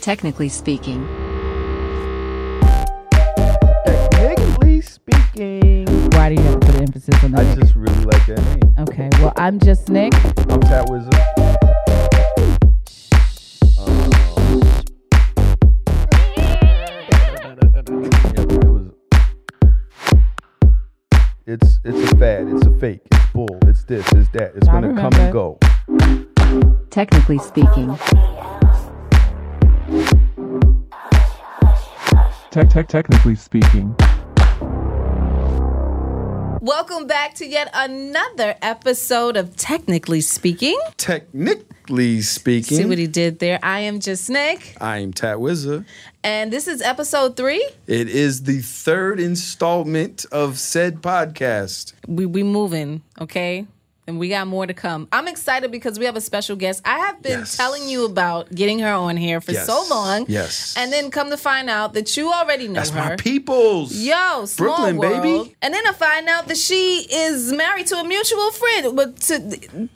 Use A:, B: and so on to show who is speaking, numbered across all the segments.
A: technically speaking.
B: Technically speaking,
C: Why do you have to put an emphasis on
B: I
C: that?
B: just really like that name.
C: okay, well, I'm just Nick.
B: I'm Tat Wizard. Oh. Yeah, it was. It's it's a fad. It's a fake. It's bull. It's this. It's that. It's
C: I
B: gonna come and
C: remember.
B: go.
A: Technically speaking.
D: Tech tech technically speaking.
E: Welcome back to yet another episode of Technically Speaking.
B: Technically speaking,
E: See what he did there. I am just Nick,
B: I'm Tat Wizard.
E: and this is episode three.
B: It is the third installment of said podcast.
E: We we moving, okay? And we got more to come. I'm excited because we have a special guest. I have been
B: Yes.
E: telling you about getting her on here for
B: Yes.
E: so long.
B: Yes.
E: And then come to find out that you already know
B: That's
E: her.
B: my peoples.
E: Yo, small
B: Brooklyn,
E: world.
B: baby.
E: And then I find out that she is married to a mutual friend, but to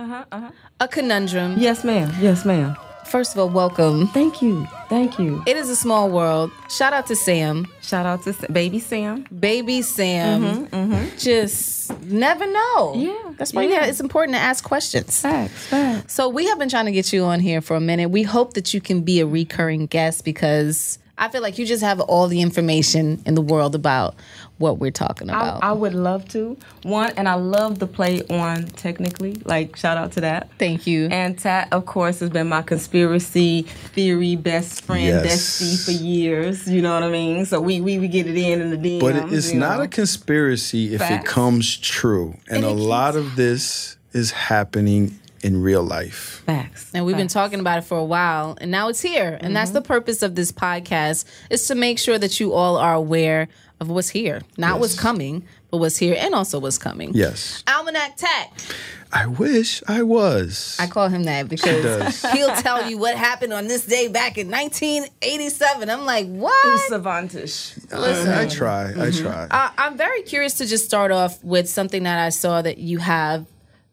E: uh-huh, a conundrum.
F: Uh-huh, Yes, ma'am. Yes, ma'am.
E: First of all, welcome.
F: Thank you. Thank you.
E: It is a small world. Shout out to Sam,
F: Shout out to S- baby Sam.
E: baby Sam. Just never know.
F: Mm-hmm, Yeah,
E: that's why.
F: yeah.
E: Yeah, it's important to ask questions.
F: Facts, facts.
E: So we have been trying to get you on here for a minute. We hope that you can be a recurring guest because I feel like you just have all the information in the world about what we're talking
F: I,
E: about.
F: I would love to. One, and I love the play on technically. Like, shout out to that.
E: Thank you.
F: And Tat, of course, has been my conspiracy theory best friend,
B: Yes.
F: bestie for years. You know what I mean? So we we, we get it in in the DMs.
G: But it- it's
F: you
G: not
F: know.
G: a conspiracy if it
F: Facts.
G: comes true. And,
F: And it
G: a
F: keeps-
G: lot of this is happening in real life.
F: facts.
E: And we've been
F: Facts.
E: talking about it for a while, and now it's here. And that's the purpose of this podcast is to make sure that you all are aware of what's here, not what's coming, but what's here, and also what's coming.
G: Yes.
E: Almanac Tack.
G: I wish I was.
E: I call him that because
G: does.
E: he'll tell you what happened on this day back in 1987. I'm like,
F: Ooh,
E: what?
F: Savantish.
G: I, I try. I try.
F: Mm-hmm.
E: Uh, I'm very curious to just start off with something that I saw that you have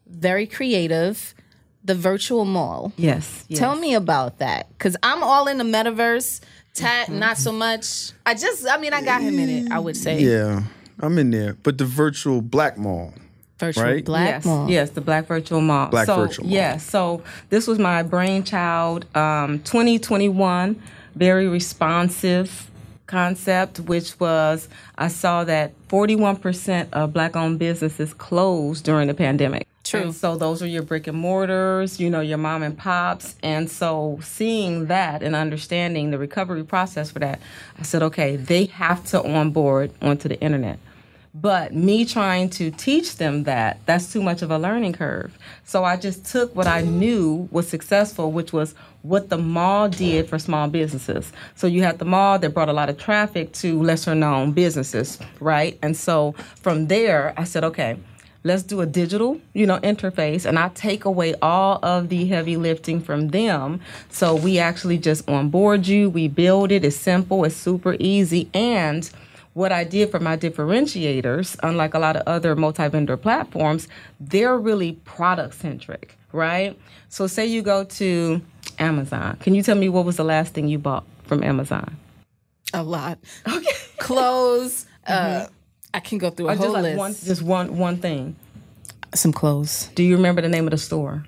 E: very creative, the virtual mall.
F: Yes. yes.
E: Tell me about that, because I'm all in the metaverse. Tat, not so much. I just, I mean, I got him in it. I would say
G: yeah. I'm in there. But the virtual black mall.
E: virtual
G: Right?
E: black
F: yes,
E: mall.
F: Yes, the Black Virtual Mall.
G: Black
F: so,
G: Virtual Mall.
F: Yeah, so this was my brainchild, um, 2021, very responsive concept, which was I saw that 41% of black owned businesses closed during the pandemic.
E: True.
F: And so those are your brick and mortars, you know, your mom and pops. And so seeing that and understanding the recovery process for that, I said, okay, they have to onboard onto the internet. But me trying to teach them that, that's too much of a learning curve. So I just took what I knew was successful, which was what the mall did for small businesses. So you had the mall that brought a lot of traffic to lesser known businesses, right? And so from there, I said, okay, let's do a digital you know interface and i take away all of the heavy lifting from them so we actually just onboard you we build it it's simple it's super easy and what i did for my differentiators unlike a lot of other multi-vendor platforms they're really product centric right so say you go to amazon can you tell me what was the last thing you bought from amazon
E: A lot. Okay. Clothes. Uh, I can go through a
F: Or
E: whole
F: Mm-hmm. just like
E: list.
F: one just one one thing
E: Some clothes.
F: do you remember the name of the store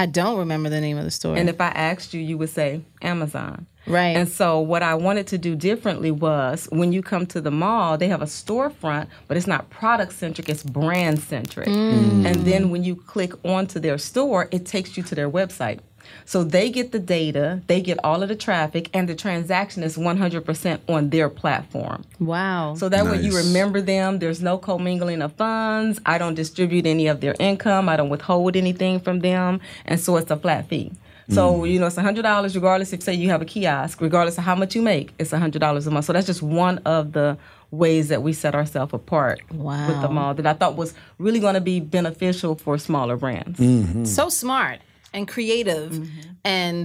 E: I don't remember the name of the store.
F: and if i asked you you would say amazon
E: right.
F: And so, what I wanted to do differently was when you come to the mall, they have a storefront, but it's not product centric, it's brand centric. And then when you click onto their store, it takes you to their website. So, they get the data, they get all of the traffic, and the transaction is 100% on their platform.
E: wow.
F: So that way you remember them. There's no commingling of funds. I don't distribute any of their income. I don't withhold anything from them. And so it's a flat fee. So, you know, it's $100 regardless if, say, you have a kiosk, regardless of how much you make, it's $100 a month. So that's just one of the ways that we set ourselves apart with
E: Wow.
F: the mall that I thought was really going to be beneficial for smaller brands.
E: so smart and creative and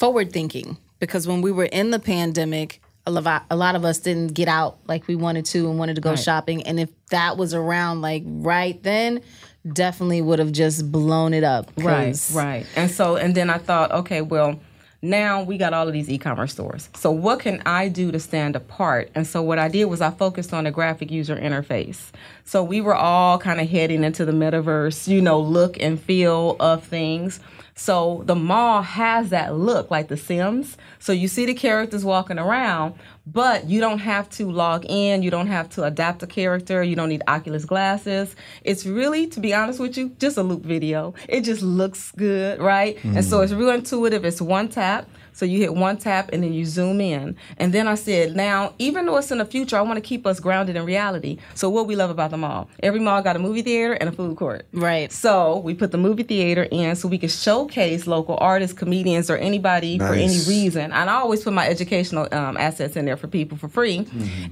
E: forward thinking because when we were in the pandemic a lot, a lot of us didn't get out like we wanted to and wanted to go shopping and if that was around like right then definitely would have just blown it up. 'cause-
F: right and so and then i thought okay well now we got all of these e-commerce stores so what can i do to stand apart and so what i did was i focused on the graphic user interface so we were all kind of heading into the metaverse you know look and feel of things so the mall has that look like the sims so you see the characters walking around but you don't have to log in you don't have to adapt a character you don't need oculus glasses it's really to be honest with you just a loop video it just looks good right and so it's real intuitive it's one tap so you hit one tap and then you zoom in and then i said now even though it's in the future i want to keep us grounded in reality so what we love about the mall every mall got a movie theater and a food court
E: Right.
F: so we put the movie theater in so we could showcase local artists comedians or anybody for any
B: Nice.
F: reason reason, and I always put my educational um, assets in there for people for free,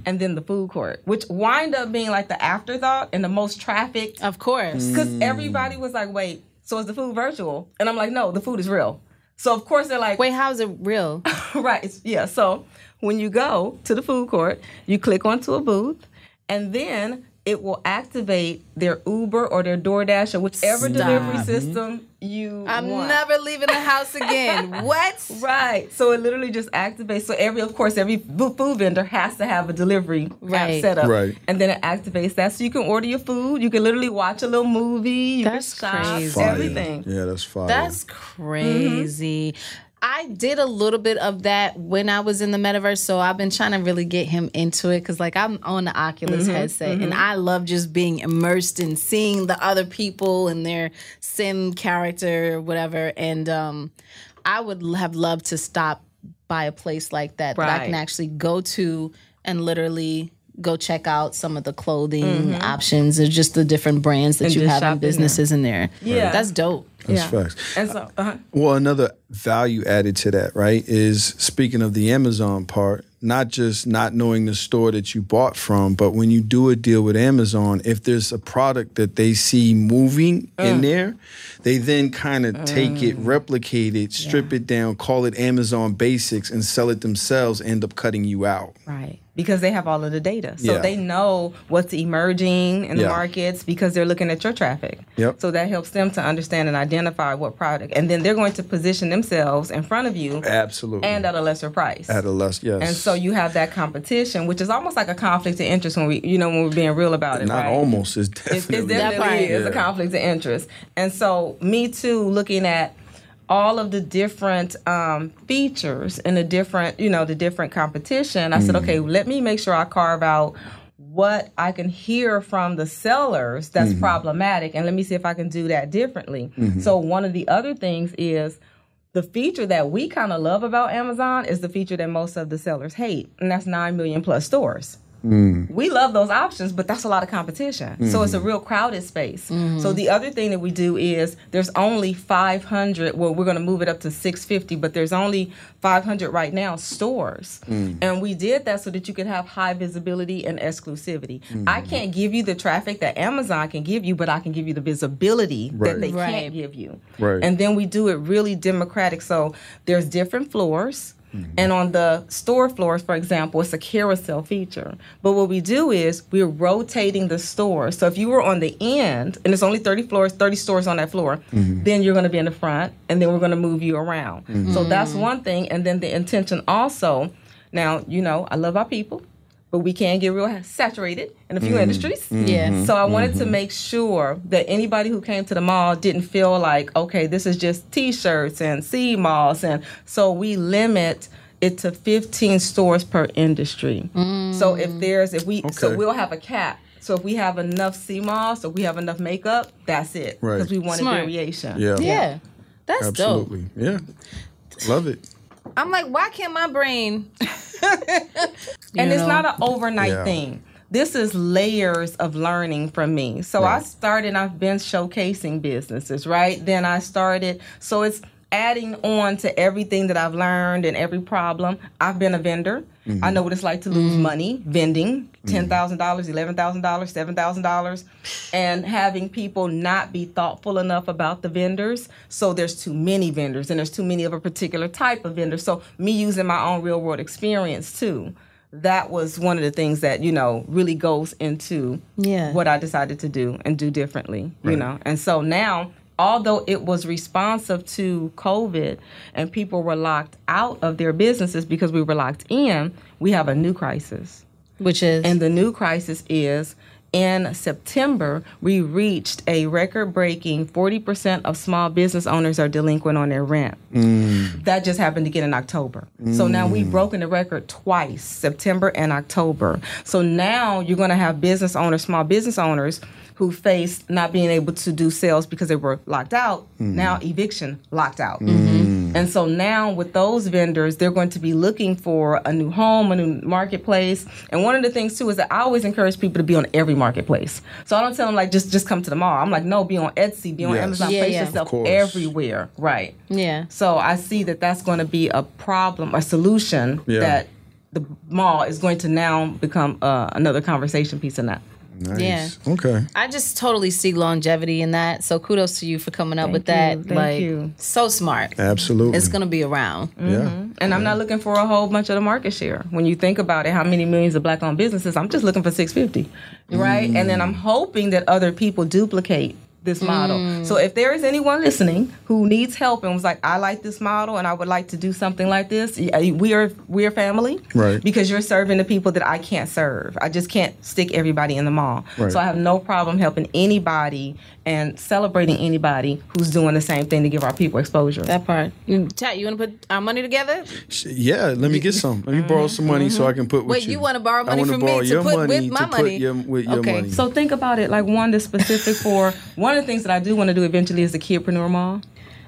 F: and then the food court, which wind up being like the afterthought and the most trafficked
E: Of course.
F: because everybody was like, "Wait, so is the food virtual?" And I'm like, "No, the food is real." So of course they're like,
E: Wait, how's it real?
F: right. it's- Yeah. So when you go to the food court, you click onto a booth, and then it will activate their Uber or their DoorDash or whichever delivery system you
E: I'm
F: want.
E: never leaving the house again. what?
F: Right. So it literally just activates. So every, of course, every bu- food vendor has to have a delivery
E: Right.
F: app set up.
B: Right.
F: And then it activates that. So you can order your food. You can literally watch a little movie. You
E: That's
F: can shop,
E: crazy.
B: Fire.
F: Everything.
B: Yeah, that's fire.
E: That's
F: Mm-hmm.
E: crazy. I did a little bit of that when I was in the metaverse, so I've been trying to really get him into it because, like, I'm on the
F: Mm-hmm.
E: Oculus headset and I love just being immersed in seeing the other people and their sim character or whatever. And um, I would l- have loved to stop by a place like that that I can
F: Right.
E: actually go to and literally go check out some of the clothing options or just the different brands that
F: Mm-hmm. And
E: you
F: just
E: have
F: shop
E: and
F: in there.
E: businesses in there.
F: Yeah.
E: that's dope.
B: That's facts.
F: And so, uh-huh.
B: Well, another value added to that, right, is speaking of the Amazon part, not just not knowing the store that you bought from, but when you do a deal with Amazon, if there's a product that they see moving
F: Uh.
B: in there, they then kind of take it, replicate it, strip it down, call it Amazon Basics, and sell it themselves, end up cutting you out.
F: Right. Because they have all of the data. So
B: Yeah.
F: they know what's emerging in the
B: Yeah.
F: markets because they're looking at your traffic.
B: Yep.
F: So that helps them to understand and identify what product. And then they're going to position themselves in front of you
B: Absolutely.
F: and at a lesser price.
B: at a less, yes.
F: And so you have that competition, which is almost like a conflict of interest when we, you know, when we're being real about it.
B: not
F: right?
B: almost, it's
F: It's,
B: definitely.
F: it's definitely
E: part.
F: is a
B: Yeah.
F: conflict of interest. And so me too, looking at all of the different um, features and the different, you know, the different competition, I said, okay, let me make sure I carve out what I can hear from the sellers that's problematic, and let me see if I can do that differently. So one of the other things is the feature that we kind of love about Amazon is the feature that most of the sellers hate, and that's 9 million plus stores. We love those options, but that's a lot of competition. So it's a real crowded space. So the other thing that we do is there's only 500, well, we're going to move it up to 650, but there's only 500 right now stores. And we did that so that you could have high visibility and exclusivity. I can't give you the traffic that Amazon can give you, but I can give you the visibility that
B: Right.
F: they
E: Right.
F: can't give you.
B: Right.
F: And then we do it really democratic. So there's different floors. And on the store floors, for example, it's a carousel feature. But what we do is we're rotating the store. So if you were on the end, and it's only 30 floors, 30 stores on that floor, then you're going to be in the front, and then we're going to move you around. So that's one thing. And then the intention also, now, you know, I love our people, but we can get real saturated in a
B: Mm-hmm.
F: few industries.
E: Yeah.
F: So I wanted to make sure that anybody who came to the mall didn't feel like, okay, this is just t-shirts and sea malls and so we limit it to 15 stores per industry. So
E: Mm.
F: if there's if we so
B: Okay.
F: we'll have a cap. So if we have enough sea malls, if we have enough makeup, that's it
B: Right.
F: because we wanted
E: Smart.
F: variation.
B: yeah.
E: Yeah. That's dope.
B: Absolutely. Yeah. Love it.
E: I'm like, why can't my brain?
F: and
E: You
F: it's
E: know?
F: not an overnight
B: Yeah.
F: thing. This is layers of learning from me. So I started, I've been showcasing businesses, right? Then I started, so it's adding on to everything that I've learned and every problem. I've been a vendor. I know what it's like to lose
E: Mm-hmm.
F: money vending $10,000, $11,000, $7,000, and having people not be thoughtful enough about the vendors. So there's too many vendors and there's too many of a particular type of vendor. So me using my own real world experience too that was one of the things that you know really goes into
E: Yeah.
F: what I decided to do and do differently, you know. And so now, although it was responsive to COVID and people were locked out of their businesses because we were locked in, we have a new crisis.
E: which is
F: And the new crisis is in September, we reached a record breaking 40% of small business owners are delinquent on their rent. That just happened again in October. So now
B: Mm.
F: we've broken the record twice, September and October. So now you're going to have business owners, small business owners, who faced not being able to do sales because they were locked out,
B: Mm.
F: now eviction locked out.
B: Mm-hmm.
F: Mm-hmm. And so now with those vendors, they're going to be looking for a new home, a new marketplace. And one of the things too is that I always encourage people to be on every marketplace. So I don't tell them like just just come to the mall. I'm like, no, be on Etsy, be on
B: Yes.
F: Amazon,
E: Yeah,
F: place
E: yeah. Of
F: yourself
B: course.
F: everywhere. Right.
E: yeah.
F: So I see that that's going to be a problem, a solution
B: Yeah.
F: that the mall is going to now become uh, another conversation piece in that.
B: Nice.
E: Yeah.
B: Okay.
E: I just totally see longevity in that. So kudos to you for coming up with that.
F: you, thank
E: like
F: you.
E: so smart.
B: Absolutely.
E: It's gonna Mm-hmm. be around.
B: yeah.
F: And I'm not looking for a whole bunch of the market share. When you think about it, how many millions of black-owned businesses? I'm just looking for 650, right? And then I'm hoping that other people duplicate this model.
B: Mm.
F: So if there is anyone listening who needs help and was like, "I like this model and I would like to do something like this," y- uh, we are we are family,
B: Right.
F: Because you're serving the people that I can't serve. I just can't stick everybody in the mall.
B: Right.
F: So I have no problem helping anybody and celebrating anybody who's doing the same thing to give our people exposure.
E: That part. You, Tat, you wanna put our money together?
B: Sh- Yeah, let me get some. Let me borrow some money so I can put with
E: Mm-hmm. Wait,
B: you.
E: you wanna borrow
B: I
E: money
B: wanna
E: from me
B: borrow
E: to
B: your
E: put with
B: money
E: my
B: to put
E: money?
B: your- with your
E: Okay,
B: money.
F: So think about it, like one that's specific for one of the things that I do want to do eventually is the kidpreneur mall.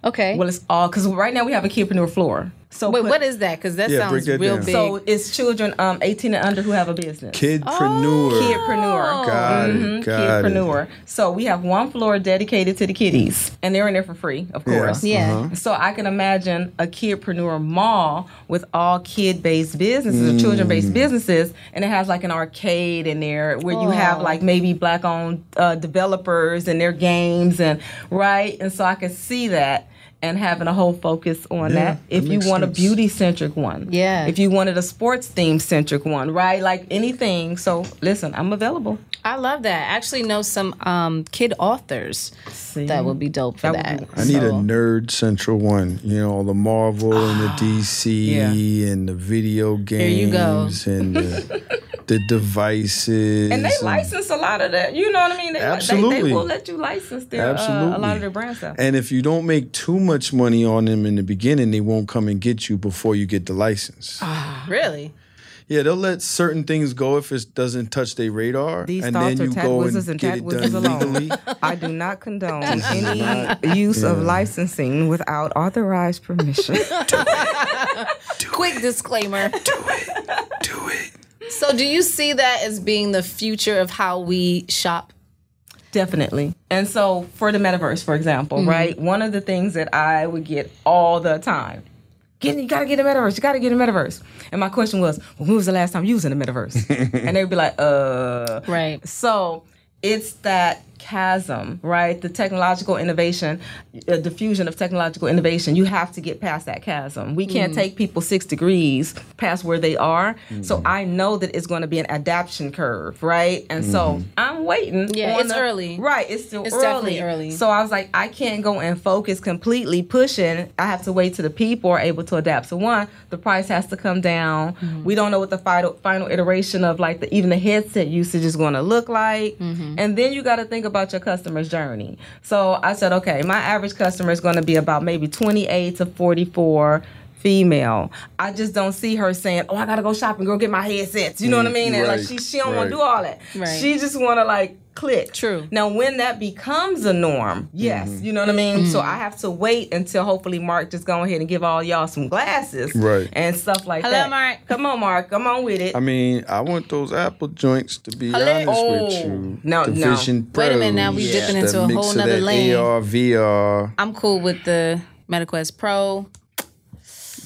E: Okay.
F: Well, it's all because right now we have a kidpreneur floor. So
E: Wait,
F: put-
E: what is that? Because that
B: Yeah, break
E: sounds
B: that
E: real
B: down.
E: big.
F: so it's children um 18 and under who have a business.
B: Kidpreneur.
E: Oh,
F: Kidpreneur.
B: Got
F: Mhm,
B: it. Got it.
F: Kidpreneur. So we have one floor dedicated to the kiddies, and they're in there for free, of course.
E: yeah.
B: uh-huh.
F: So I can imagine a kidpreneur mall with all kid-based businesses or
B: Mm.
F: children-based businesses, and it has like an arcade in there where you
E: Oh.
F: have like maybe black-owned uh, developers and their games and right. And so I can see that and having a whole focus on
B: Yeah,
F: that. If
B: that
F: you
B: makes
F: want
B: sense.
F: a beauty-centric one,
E: Yeah.
F: If you wanted a sports-theme-centric one, right? Like anything. So listen, I'm available.
E: I love that. I actually know some um, kid authors that would be dope for
F: That
E: that.
F: would be-
B: I need a
E: So-
B: nerd central one. You know, all the Marvel and the DC
F: Yeah.
B: and the video
E: you go.
B: games and the, the devices.
F: And they license a lot of that. You know what I mean? They, They,
B: Absolutely.
F: they will let you license their, uh, a
B: Absolutely.
F: lot of their brand stuff.
B: And if you don't make too much money on them in the beginning, they won't come and get you before you get the license.
E: Really?
B: Yeah, they'll let certain things go if it doesn't touch their radar,
F: These
B: and
F: thoughts
B: then you
F: are tag
B: go and,
F: wizards and
B: get
F: tag
B: it
F: wizards
B: done
F: alone.
B: legally.
F: I do not condone any use of licensing without authorized permission.
E: Quick disclaimer.
B: Do it.
E: so, do you see that as being the future of how we shop?
F: Definitely. And so, for the metaverse, for example, right? One of the things that I would get all the time. Get, you gotta get a metaverse. You gotta get a metaverse. And my question was, well, when was the last time you was in a metaverse? and they'd be like, uh,
E: Right.
F: So it's that chasm, right? The technological innovation, uh, diffusion of technological innovation. You have to get past that chasm. We can't
E: Mm.
F: take people six degrees past where they are.
E: Mm.
F: So I know that it's going to be an adaption curve, right? And so I'm waiting.
E: Mm-hmm. Yeah,
F: on
E: it's
F: the-
E: early.
F: Right, it's still
E: It's
F: early.
E: definitely early.
F: So I was like, I can't go and focus completely pushing. I have to wait till the people are able to adapt. So one, the price has to come down.
E: Mm-hmm.
F: We don't know what the final final iteration of like the even the headset usage is going to look like.
E: Mm-hmm.
F: And then you got to think about your customer's journey. So I said, okay, my average customer is going to be about maybe 28 to 44 female. I just don't see her saying, "Oh, I got to go shopping, go get my headsets." You know what I mean? And like
B: Mm-hmm. right,
F: she she don't
B: right.
F: want to do all that.
E: Right.
F: She just want to like click.
E: True.
F: Now, when that becomes a norm, yes,
B: Mm-hmm.
F: you know what I mean? So
E: Mm-hmm.
F: I have to wait until hopefully Mark just go ahead and give all y'all some glasses
B: Right.
F: and stuff like
E: Hello,
F: that.
E: Mark.
F: Come on, Mark. Come on with it.
B: I mean, I want those Apple joints to be
E: Hello?
B: honest
F: Oh.
B: with you.
F: No,
B: the
F: no.
B: Vision
E: Wait a minute,
B: Pros,
E: now we dipping
B: that
E: into a
B: mix
E: whole
B: of
E: nother
B: that
E: lane.
B: AR, VR.
E: I'm cool with the MetaQuest Pro.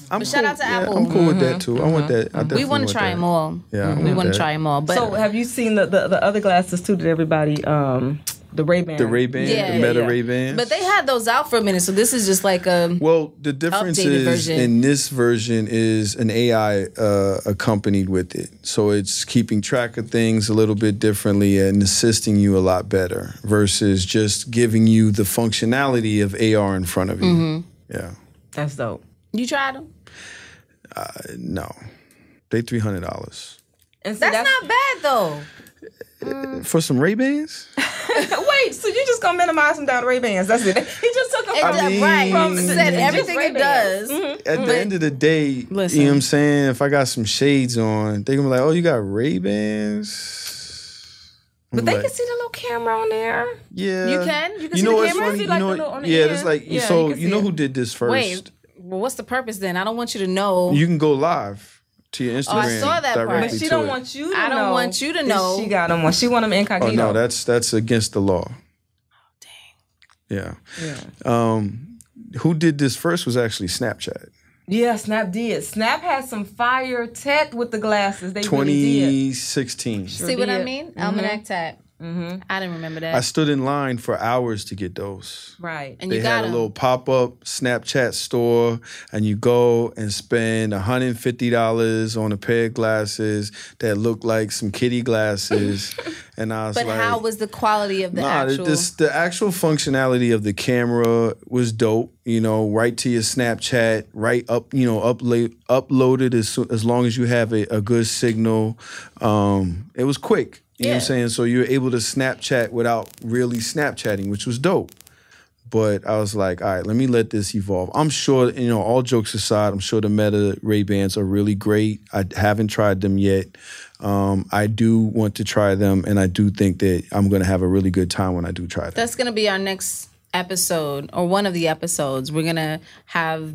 B: I'm
E: But shout
B: cool-
E: out to
B: yeah,
E: Apple.
B: I'm cool with that too. I want that. I
E: Mm-hmm. We want to try them all.
B: Yeah, I
E: we
B: want
E: want to
B: that.
E: try them all. But
F: so have you seen the, the, the other glasses too that everybody um the Ray Ban.
B: The Ray Ban,
E: Yeah.
B: the Meta
F: Yeah.
B: Ray Ban.
E: But they had those out for a minute, so this is just like um, a
B: Well, the difference
E: Updated
B: is
E: version.
B: in this version is an AI uh, accompanied with it, so it's keeping track of things a little bit differently and assisting you a lot better versus just giving you the functionality of AR in front of you.
F: Mm-hmm.
B: Yeah,
F: That's dope.
E: you tried them.
B: no, they three hundred dollars
F: And see,
E: That's, not bad though.
B: for some Ray Bans.
F: Wait, so you just gonna minimize him down to Ray Bans? That's it. He just took
E: It
F: him
E: does-
F: from
B: mean-
E: right.
B: From-
E: It said
F: just
E: everything it
F: Ray-Bans.
E: does.
B: At the end of the day,
E: Listen.
B: you know what I'm saying? If I got some shades on, they gonna be like, "Oh, you got Ray Bans."
F: but they can see the little camera on there.
B: Yeah,
E: You can? You can see
B: know
E: the
B: what's
E: camera?
B: funny?
F: See,
B: You
F: like,
B: know
F: the
B: what-
F: little on the
B: yeah, it's
F: end?
B: like
F: Yeah, you
B: so.
F: can
B: You
F: see
B: know
F: it.
B: who did this first?
E: Wait, well, what's the purpose then? I don't want you to know.
B: You can go live to
F: Oh,
B: your Instagram.
E: I saw that part.
B: directly
F: But she
B: to
F: don't
B: it.
F: want you. To
E: I don't
F: know
E: want you to
F: that
E: know.
F: She got him one. She want him
B: Oh
F: incognito.
B: no, that's that's against the law.
F: Oh,
B: Yeah. Um, who did this first was actually Snapchat.
F: yeah. Snap did. Snap had some fire tech with the glasses. They really did.
B: 2016.
E: See what I
F: did.
E: mean? Almanac tab. I didn't remember that.
B: I stood in line for hours to get those.
F: Right.
E: and
B: They
E: you
B: had
E: got
B: a
E: 'em.
B: little pop up Snapchat store, and you go and spend $150 on a pair of glasses that look like some kitty glasses. and I was
E: But
B: like,
E: how was the quality of the
B: Nah, th-
E: actual?
B: this, the actual functionality of the camera was dope. You know, right to your Snapchat, right up, you know, upla- uploaded as soo- as long as you have a, a good signal. Um, it was quick. You know what I'm
E: Yeah.
B: saying? So you're able to Snapchat without really Snapchatting, which was dope. But I was like, all right, let me let this evolve. I'm sure, you know, all jokes aside, I'm sure the Meta Ray Bans are really great. I haven't tried them yet. Um, I do want to try them, and I do think that I'm going to have a really good time when I do try them.
E: That's gonna be our next episode or one of the episodes. We're gonna have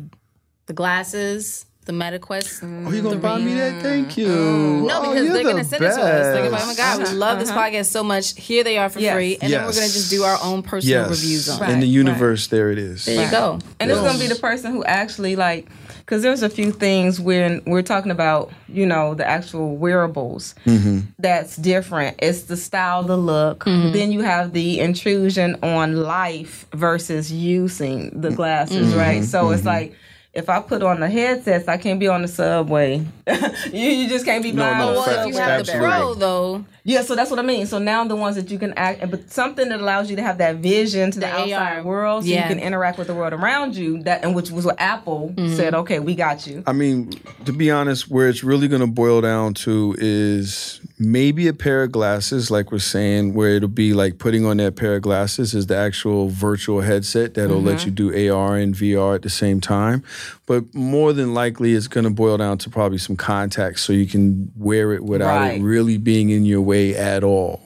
E: the glasses, the MetaQuest.
B: oh, you going to buy me that? Thank you.
E: No,
B: Oh,
E: because
B: you're
E: they're
B: the
E: gonna send it to us. Like,
B: best.
E: oh my god, we love this podcast so much. Here they are for
F: Uh-huh. Yes.
E: free, and then we're
B: Yes.
E: gonna just do our own personal
B: Yes.
E: reviews on. it.
B: In
F: Right,
B: the universe, there it is.
E: There you go.
F: And it's gonna be the person who actually like, because there's a few things when we're talking about, you know, the actual wearables
B: Mm-hmm.
F: that's different. It's the style, the look.
E: Mm-hmm.
F: Then you have the intrusion on life versus using
B: Mm-hmm.
F: the glasses, right? So it's like. If I put on the headsets, I can't be on the subway. you, you just can't be blind.
B: no,
F: on
E: Well,
F: the
E: if
B: facts,
E: you
F: subway.
E: have the
B: absolutely.
E: pro though,
F: Yeah, so that's what I mean. So now the ones that you can act, but something that allows you to have that vision to the,
E: The
F: outside
E: AR.
F: world, so
E: Yeah. Mm-hmm.
F: you can interact with the world around you. That and which was what Apple said. Okay, we got you.
B: I mean, to be honest, where it's really going to boil down to is maybe a pair of glasses, like we're saying, where it'll be like putting on that pair of glasses is the actual virtual headset that'll let
E: Mm-hmm.
B: you do AR and VR at the same time. But more than likely, it's going to boil down to probably some contacts so you can wear it without
F: Right.
B: it really being in your way at all.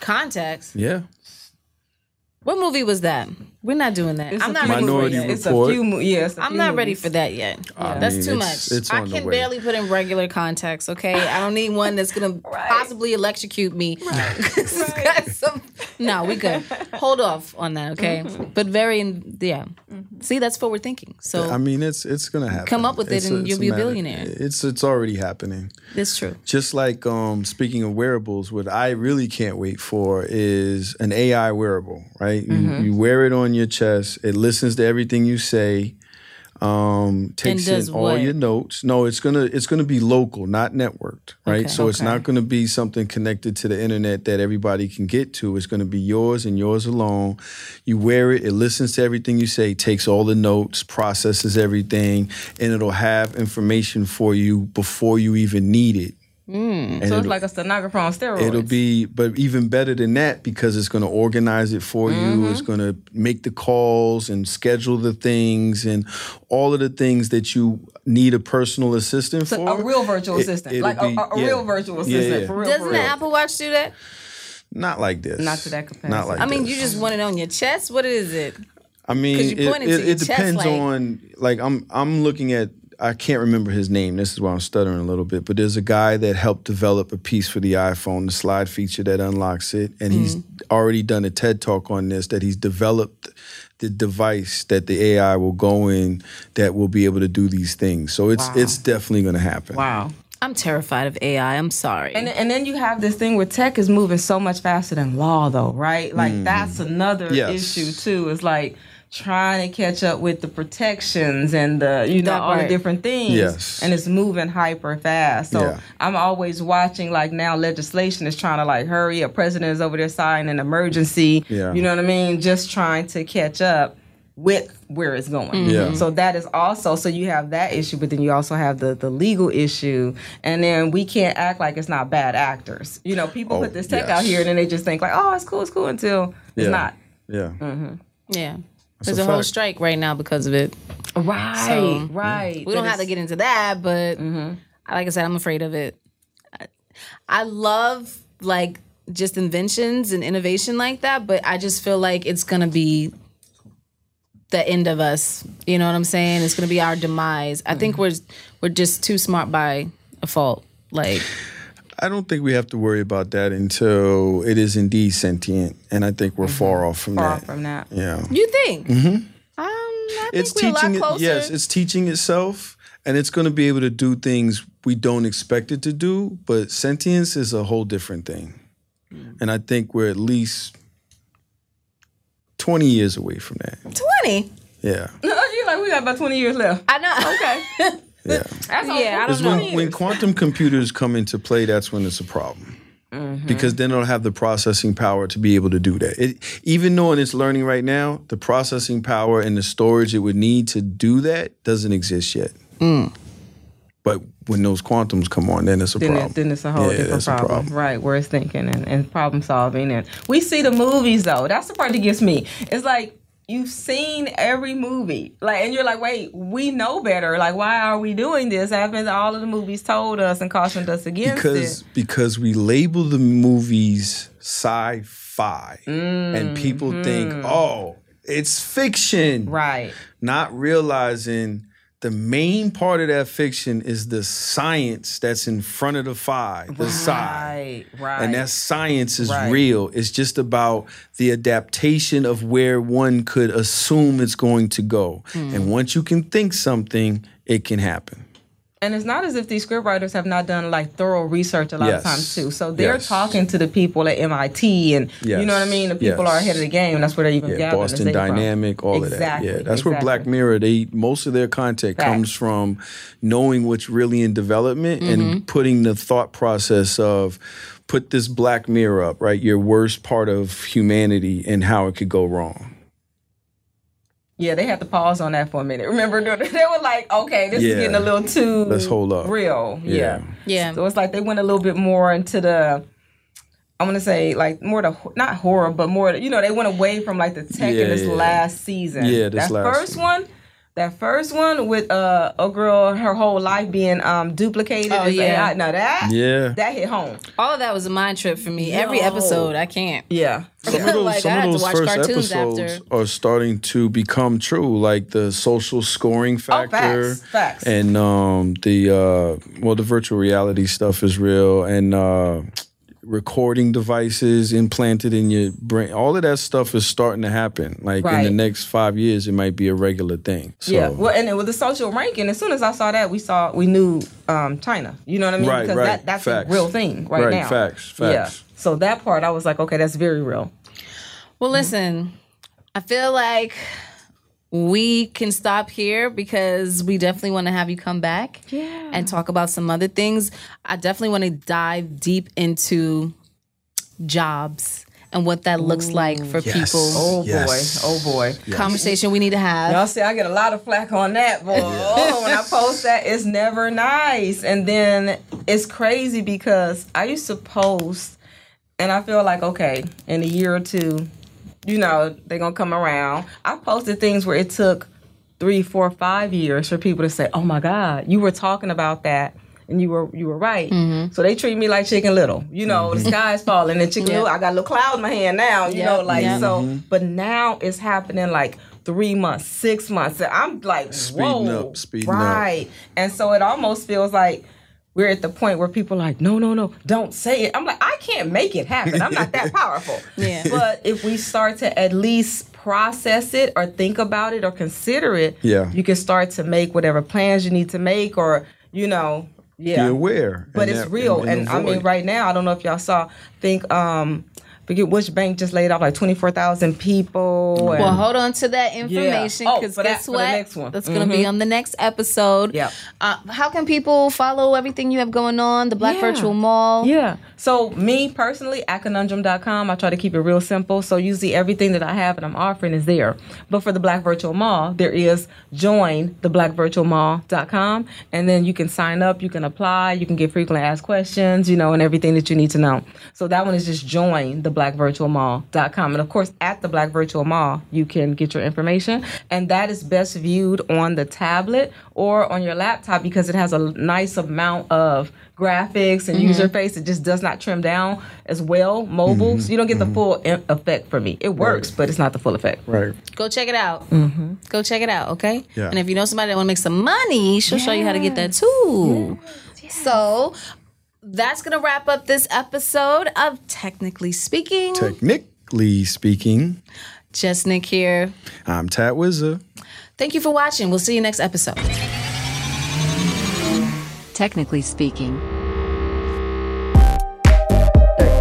E: contacts.
B: Yeah.
E: What movie was that? We're not doing that. I'm
F: a
E: not
F: few
E: ready for
B: Minority
E: it
F: movies.
E: yet.
F: It's
B: Report.
F: a few. Mo- yes,
E: I'm not ready for that yet. That's
B: mean,
E: too
B: it's-
E: much.
B: it's
E: I
B: on the
E: can
B: way.
E: barely put in regular contacts, okay? I don't need one that's gonna possibly electrocute me. It's got some- no, we good. Hold off on that, okay?
F: Mm-hmm.
E: But very, yeah. See, that's forward thinking. So
B: I mean, it's it's gonna happen.
E: Come up with it
B: It's
E: and
B: it's
E: you'll be a
B: matter-
E: billionaire.
B: It's it's already happening.
E: it's true.
B: Just like um, speaking of wearables, what I really can't wait for is an AI wearable, right? You,
E: Mm-hmm.
B: you wear it on your chest, it listens to everything you say, um, takes
E: does
B: in all
E: what?
B: your notes. No, it's gonna it's gonna be local, not networked, right? so it's not gonna be something connected to the internet that everybody can get to. It's gonna be yours and yours alone. You wear it, it listens to everything you say, takes all the notes, processes everything, and it'll have information for you before you even need it. And
F: So
B: it'll-
F: it's like a stenographer on steroids.
B: It'll be, but even better than that because it's going to organize it for
F: Mm-hmm.
B: you. It's going to make the calls and schedule the things and all of the things that you need a personal assistant
F: So
B: for.
F: a real virtual
B: It-
F: assistant,
B: it'll
F: like a,
B: be-
F: a, a
B: yeah.
F: real virtual
B: Yeah,
F: assistant.
B: yeah.
F: For real, for
E: Doesn't the
F: real.
E: Apple Watch do that?
B: Not like this.
F: Not to that capacity.
B: Not like
E: I mean,
B: this.
E: you just want it on your chest. What is it?
B: I mean,
E: 'Cause you
B: it,
E: pointed to
B: it-
E: your
B: it
E: chest,
B: depends
E: like-
B: on like I'm I'm looking at I can't remember his name. This is why I'm stuttering a little bit. But there's a guy that helped develop a piece for the iPhone, the slide feature that unlocks it, and he's
E: Mm-hmm.
B: already done a TED talk on this that he's developed the device that the AI will go in that will be able to do these things. So it's it's definitely going to happen.
F: wow.
E: I'm terrified of AI. I'm sorry.
F: And, and then you have this thing where tech is moving so much faster than law, though, right? Like that's another
B: Mm-hmm. Yes.
F: issue too. Is like trying to catch up with the protections and the you know
E: That
F: all the
E: part.
F: different things.
B: Yes.
F: and it's moving hyper fast. So
B: Yeah.
F: I'm always watching. Like now, legislation is trying to like hurry. A president is over there signing an emergency.
B: Yeah.
F: you know what I mean. Just trying to catch up. With where it's going,
B: Mm-hmm. Yeah.
F: so that is also so you have that issue, but then you also have the the legal issue, and then we can't act like it's not bad actors. You know, people
B: Oh,
F: put this tech
B: yes.
F: out here, and then they just think like, oh, it's cool, it's cool, until it's
B: Yeah.
F: not.
B: Yeah.
E: Mm-hmm. yeah. There's
B: a
E: a, whole
B: fact.
E: strike right now because of it.
F: Right,
E: So,
F: right.
E: We don't
F: That
E: have to
F: is-
E: get into that, but I- like I said, I'm afraid of it. I- I love like just inventions and innovation like that, but I just feel like it's gonna be the end of us. You know what I'm saying? It's gonna be our demise. I think we're we're just too smart by default. Like
B: I don't think we have to worry about that until it is indeed sentient, and I think
E: Mm-hmm.
B: we're far off from
F: far
B: that.
F: from that.
B: yeah.
E: you think? Mm-hmm. Um, I think
B: it's
E: we're a
B: teaching
E: lot
B: it,
E: closer.
B: yes it's teaching itself and it's going to be able to do things we don't expect it to do but sentience is a whole different thing
E: Mm.
B: and i think we're at least 20 years away from that
E: twenty.
B: yeah
F: You're like, we got about 20 years left.
E: I know.
F: Okay.
B: yeah
F: That's all.
E: Yeah, I don't
B: It's
E: know.
B: when, when quantum computers come into play that's when it's a problem
F: Mm-hmm.
B: Because then it'll have the processing power to be able to do that. It, even knowing it's learning right now, the processing power and the storage it would need to do that doesn't exist yet. But when those quantums come on, then it's a
F: Then,
B: problem.
F: it, then it's a whole
B: Yeah,
F: different
B: that's a
F: problem. right? Where it's thinking and, and problem solving, and we see the movies though. That's the part that gets me. It's like you've seen every movie, like, and you're like, wait, we know better. Like, why are we doing this? Haven't all of the movies told us and cautioned us against
B: because
F: it?
B: because we label the movies sci-fi,
F: Mm-hmm.
B: and people think, oh, it's fiction,
F: Right.
B: not realizing the main part of that fiction is the science that's in front of the phi, the psi.
F: Right. Right.
B: And that science is
F: Right.
B: real. It's just about the adaptation of where one could assume it's going to go.
F: Hmm.
B: And once you can think something, it can happen.
F: And it's not as if these scriptwriters have not done like thorough research a lot
B: Yes.
F: of times too. So they're
B: Yes.
F: talking to the people at MIT and you know what I
B: Yes.
F: mean. The people are
B: Yes.
F: ahead of the game. That's where they're even
B: Yeah,
F: gathering this
B: Boston
F: data from.
B: Dynamic, all
F: exactly,
B: of that. Yeah, that's where
F: exactly.
B: Black Mirror. They most of their content
F: Facts.
B: comes from knowing what's really in development
F: Mm-hmm.
B: and putting the thought process of put this Black Mirror up, right? Your worst part of humanity and how it could go wrong.
F: Yeah, they had to pause on that for a minute. Remember, they were like, "Okay, this
B: Yeah.
F: is getting a little too
B: Let's hold up.
F: real." Yeah.
E: Yeah.
F: So it's like they went a little bit more into the. I want to say like more to not horror, but more you know they went away from like the tech
B: Yeah,
F: in this
B: yeah.
F: last season.
B: Yeah, this
F: that
B: last
F: first
B: season.
F: one, that first one with uh, a girl, her whole life being um duplicated.
E: Oh,
F: as
E: yeah.
F: AI. now that
B: Yeah.
F: that hit home.
E: All of that was a mind trip for me. Every
F: Yo.
E: episode, I can't.
F: Yeah,
B: Some of those,
E: Like,
B: some
E: I
B: of
E: had to
B: those
E: watch
B: first
E: cartoons
B: episodes
E: after.
B: are starting to become true, like the social scoring
F: Oh, facts,
B: factor,
F: facts.
B: and um, the uh, well, the virtual reality stuff is real, and uh, recording devices implanted in your brain. All of that stuff is starting to happen. Like in the
F: Right.
B: next five years, it might be a regular thing. So,
F: Yeah. Well, and then with the social ranking, as soon as I saw that, we saw we knew um, China. You know what I mean?
B: Right,
F: because
B: right.
F: that, that's
B: Facts.
F: a real thing right,
B: Right,
F: now.
B: facts, facts.
F: Yeah. So that part, I was like, okay, that's very real.
E: Well, listen, I feel like we can stop here because we definitely want to have you come back and talk about some other things. I definitely want to dive deep into jobs and what that looks like for people.
F: Oh
B: Yes.
F: boy. Oh boy.
E: Conversation we need to have.
F: Y'all see, I get a lot of flack on that, boy. Oh, when I post that, it's never nice. And then it's crazy because I used to post, and I feel like, okay, in a year or two, you know, they're gonna come around. I posted things where it took three, four, five years for people to say, "Oh my God, you were talking about that." And you were you were right.
E: Mm-hmm.
F: So they treat me like Chicken Little. You know, the sky's falling and Chicken Little. I got a little cloud in my hand now. You know,
E: Yep,
F: like
E: yep.
F: so.
B: Mm-hmm.
F: But now it's happening like three months, six months. And I'm like,
B: Speeding
F: whoa,
B: up, speeding up.
F: right. And so it almost feels like we're at the point where people are like, no, no, no, don't say it. I'm like, I can't make it happen. I'm not that powerful.
E: Yeah.
F: But if we start to at least process it or think about it or consider it,
B: Yeah.
F: you can start to make whatever plans you need to make or, you know, Yeah.
B: Be aware.
F: but
B: and
F: it's
B: that-
F: real. And, I mean,
B: avoid.
F: right now, I don't know if y'all saw. Think, um, forget which bank just laid off like twenty four thousand people. and-
E: Well, hold on to that information
F: Oh,
E: because
F: for that-
E: guess
F: for the
E: what?
F: next one. Mm-hmm.
E: That's going to be on the next episode.
F: Yep.
E: Uh, how can people follow everything you have going on? The Black
F: Yeah.
E: Virtual Mall.
F: Yeah. So me personally at conundrum.com, I try to keep it real simple. So usually everything that I have and I'm offering is there. But for the Black Virtual Mall, there is join the blackvirtualmall.com and then you can sign up, you can apply, you can get frequently asked questions, you know, and everything that you need to know. So that one is just join the blackvirtualmall.com. And of course at the Black Virtual Mall, you can get your information. And that is best viewed on the tablet or on your laptop because it has a nice amount of graphics and user face. It just does not trim down as well. Mobile, so you don't get the full em- effect for me. It works, but it's not the full effect.
B: Right.
E: Go check it out.
F: Mm-hmm.
E: Go check it out, okay?
B: Yeah.
E: And if you know somebody that want to make some money, she'll show you how to get that too. So that's going to wrap up this episode of Technically Speaking.
B: Technically speaking,
E: Just Nick here.
B: I'm Tat Wizard.
E: Thank you for watching. We'll see you next episode.
A: Technically speaking.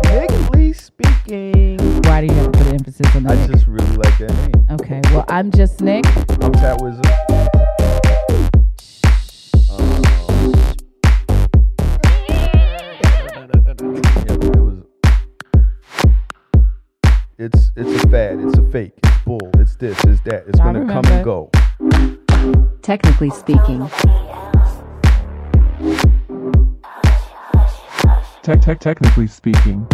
G: Technically speaking,
C: Why do you have to put emphasis on the
G: I
C: Nick?
G: just really like that name.
C: okay, well, I'm just Nick.
G: I'm Tat Wizard. Oh. Yep, it was- It's it's a fad. It's a fake. It's bull. It's this. It's that. It's
C: I
G: gonna come and
C: remember.
G: go.
A: Technically speaking.
D: Tech tech technically speaking.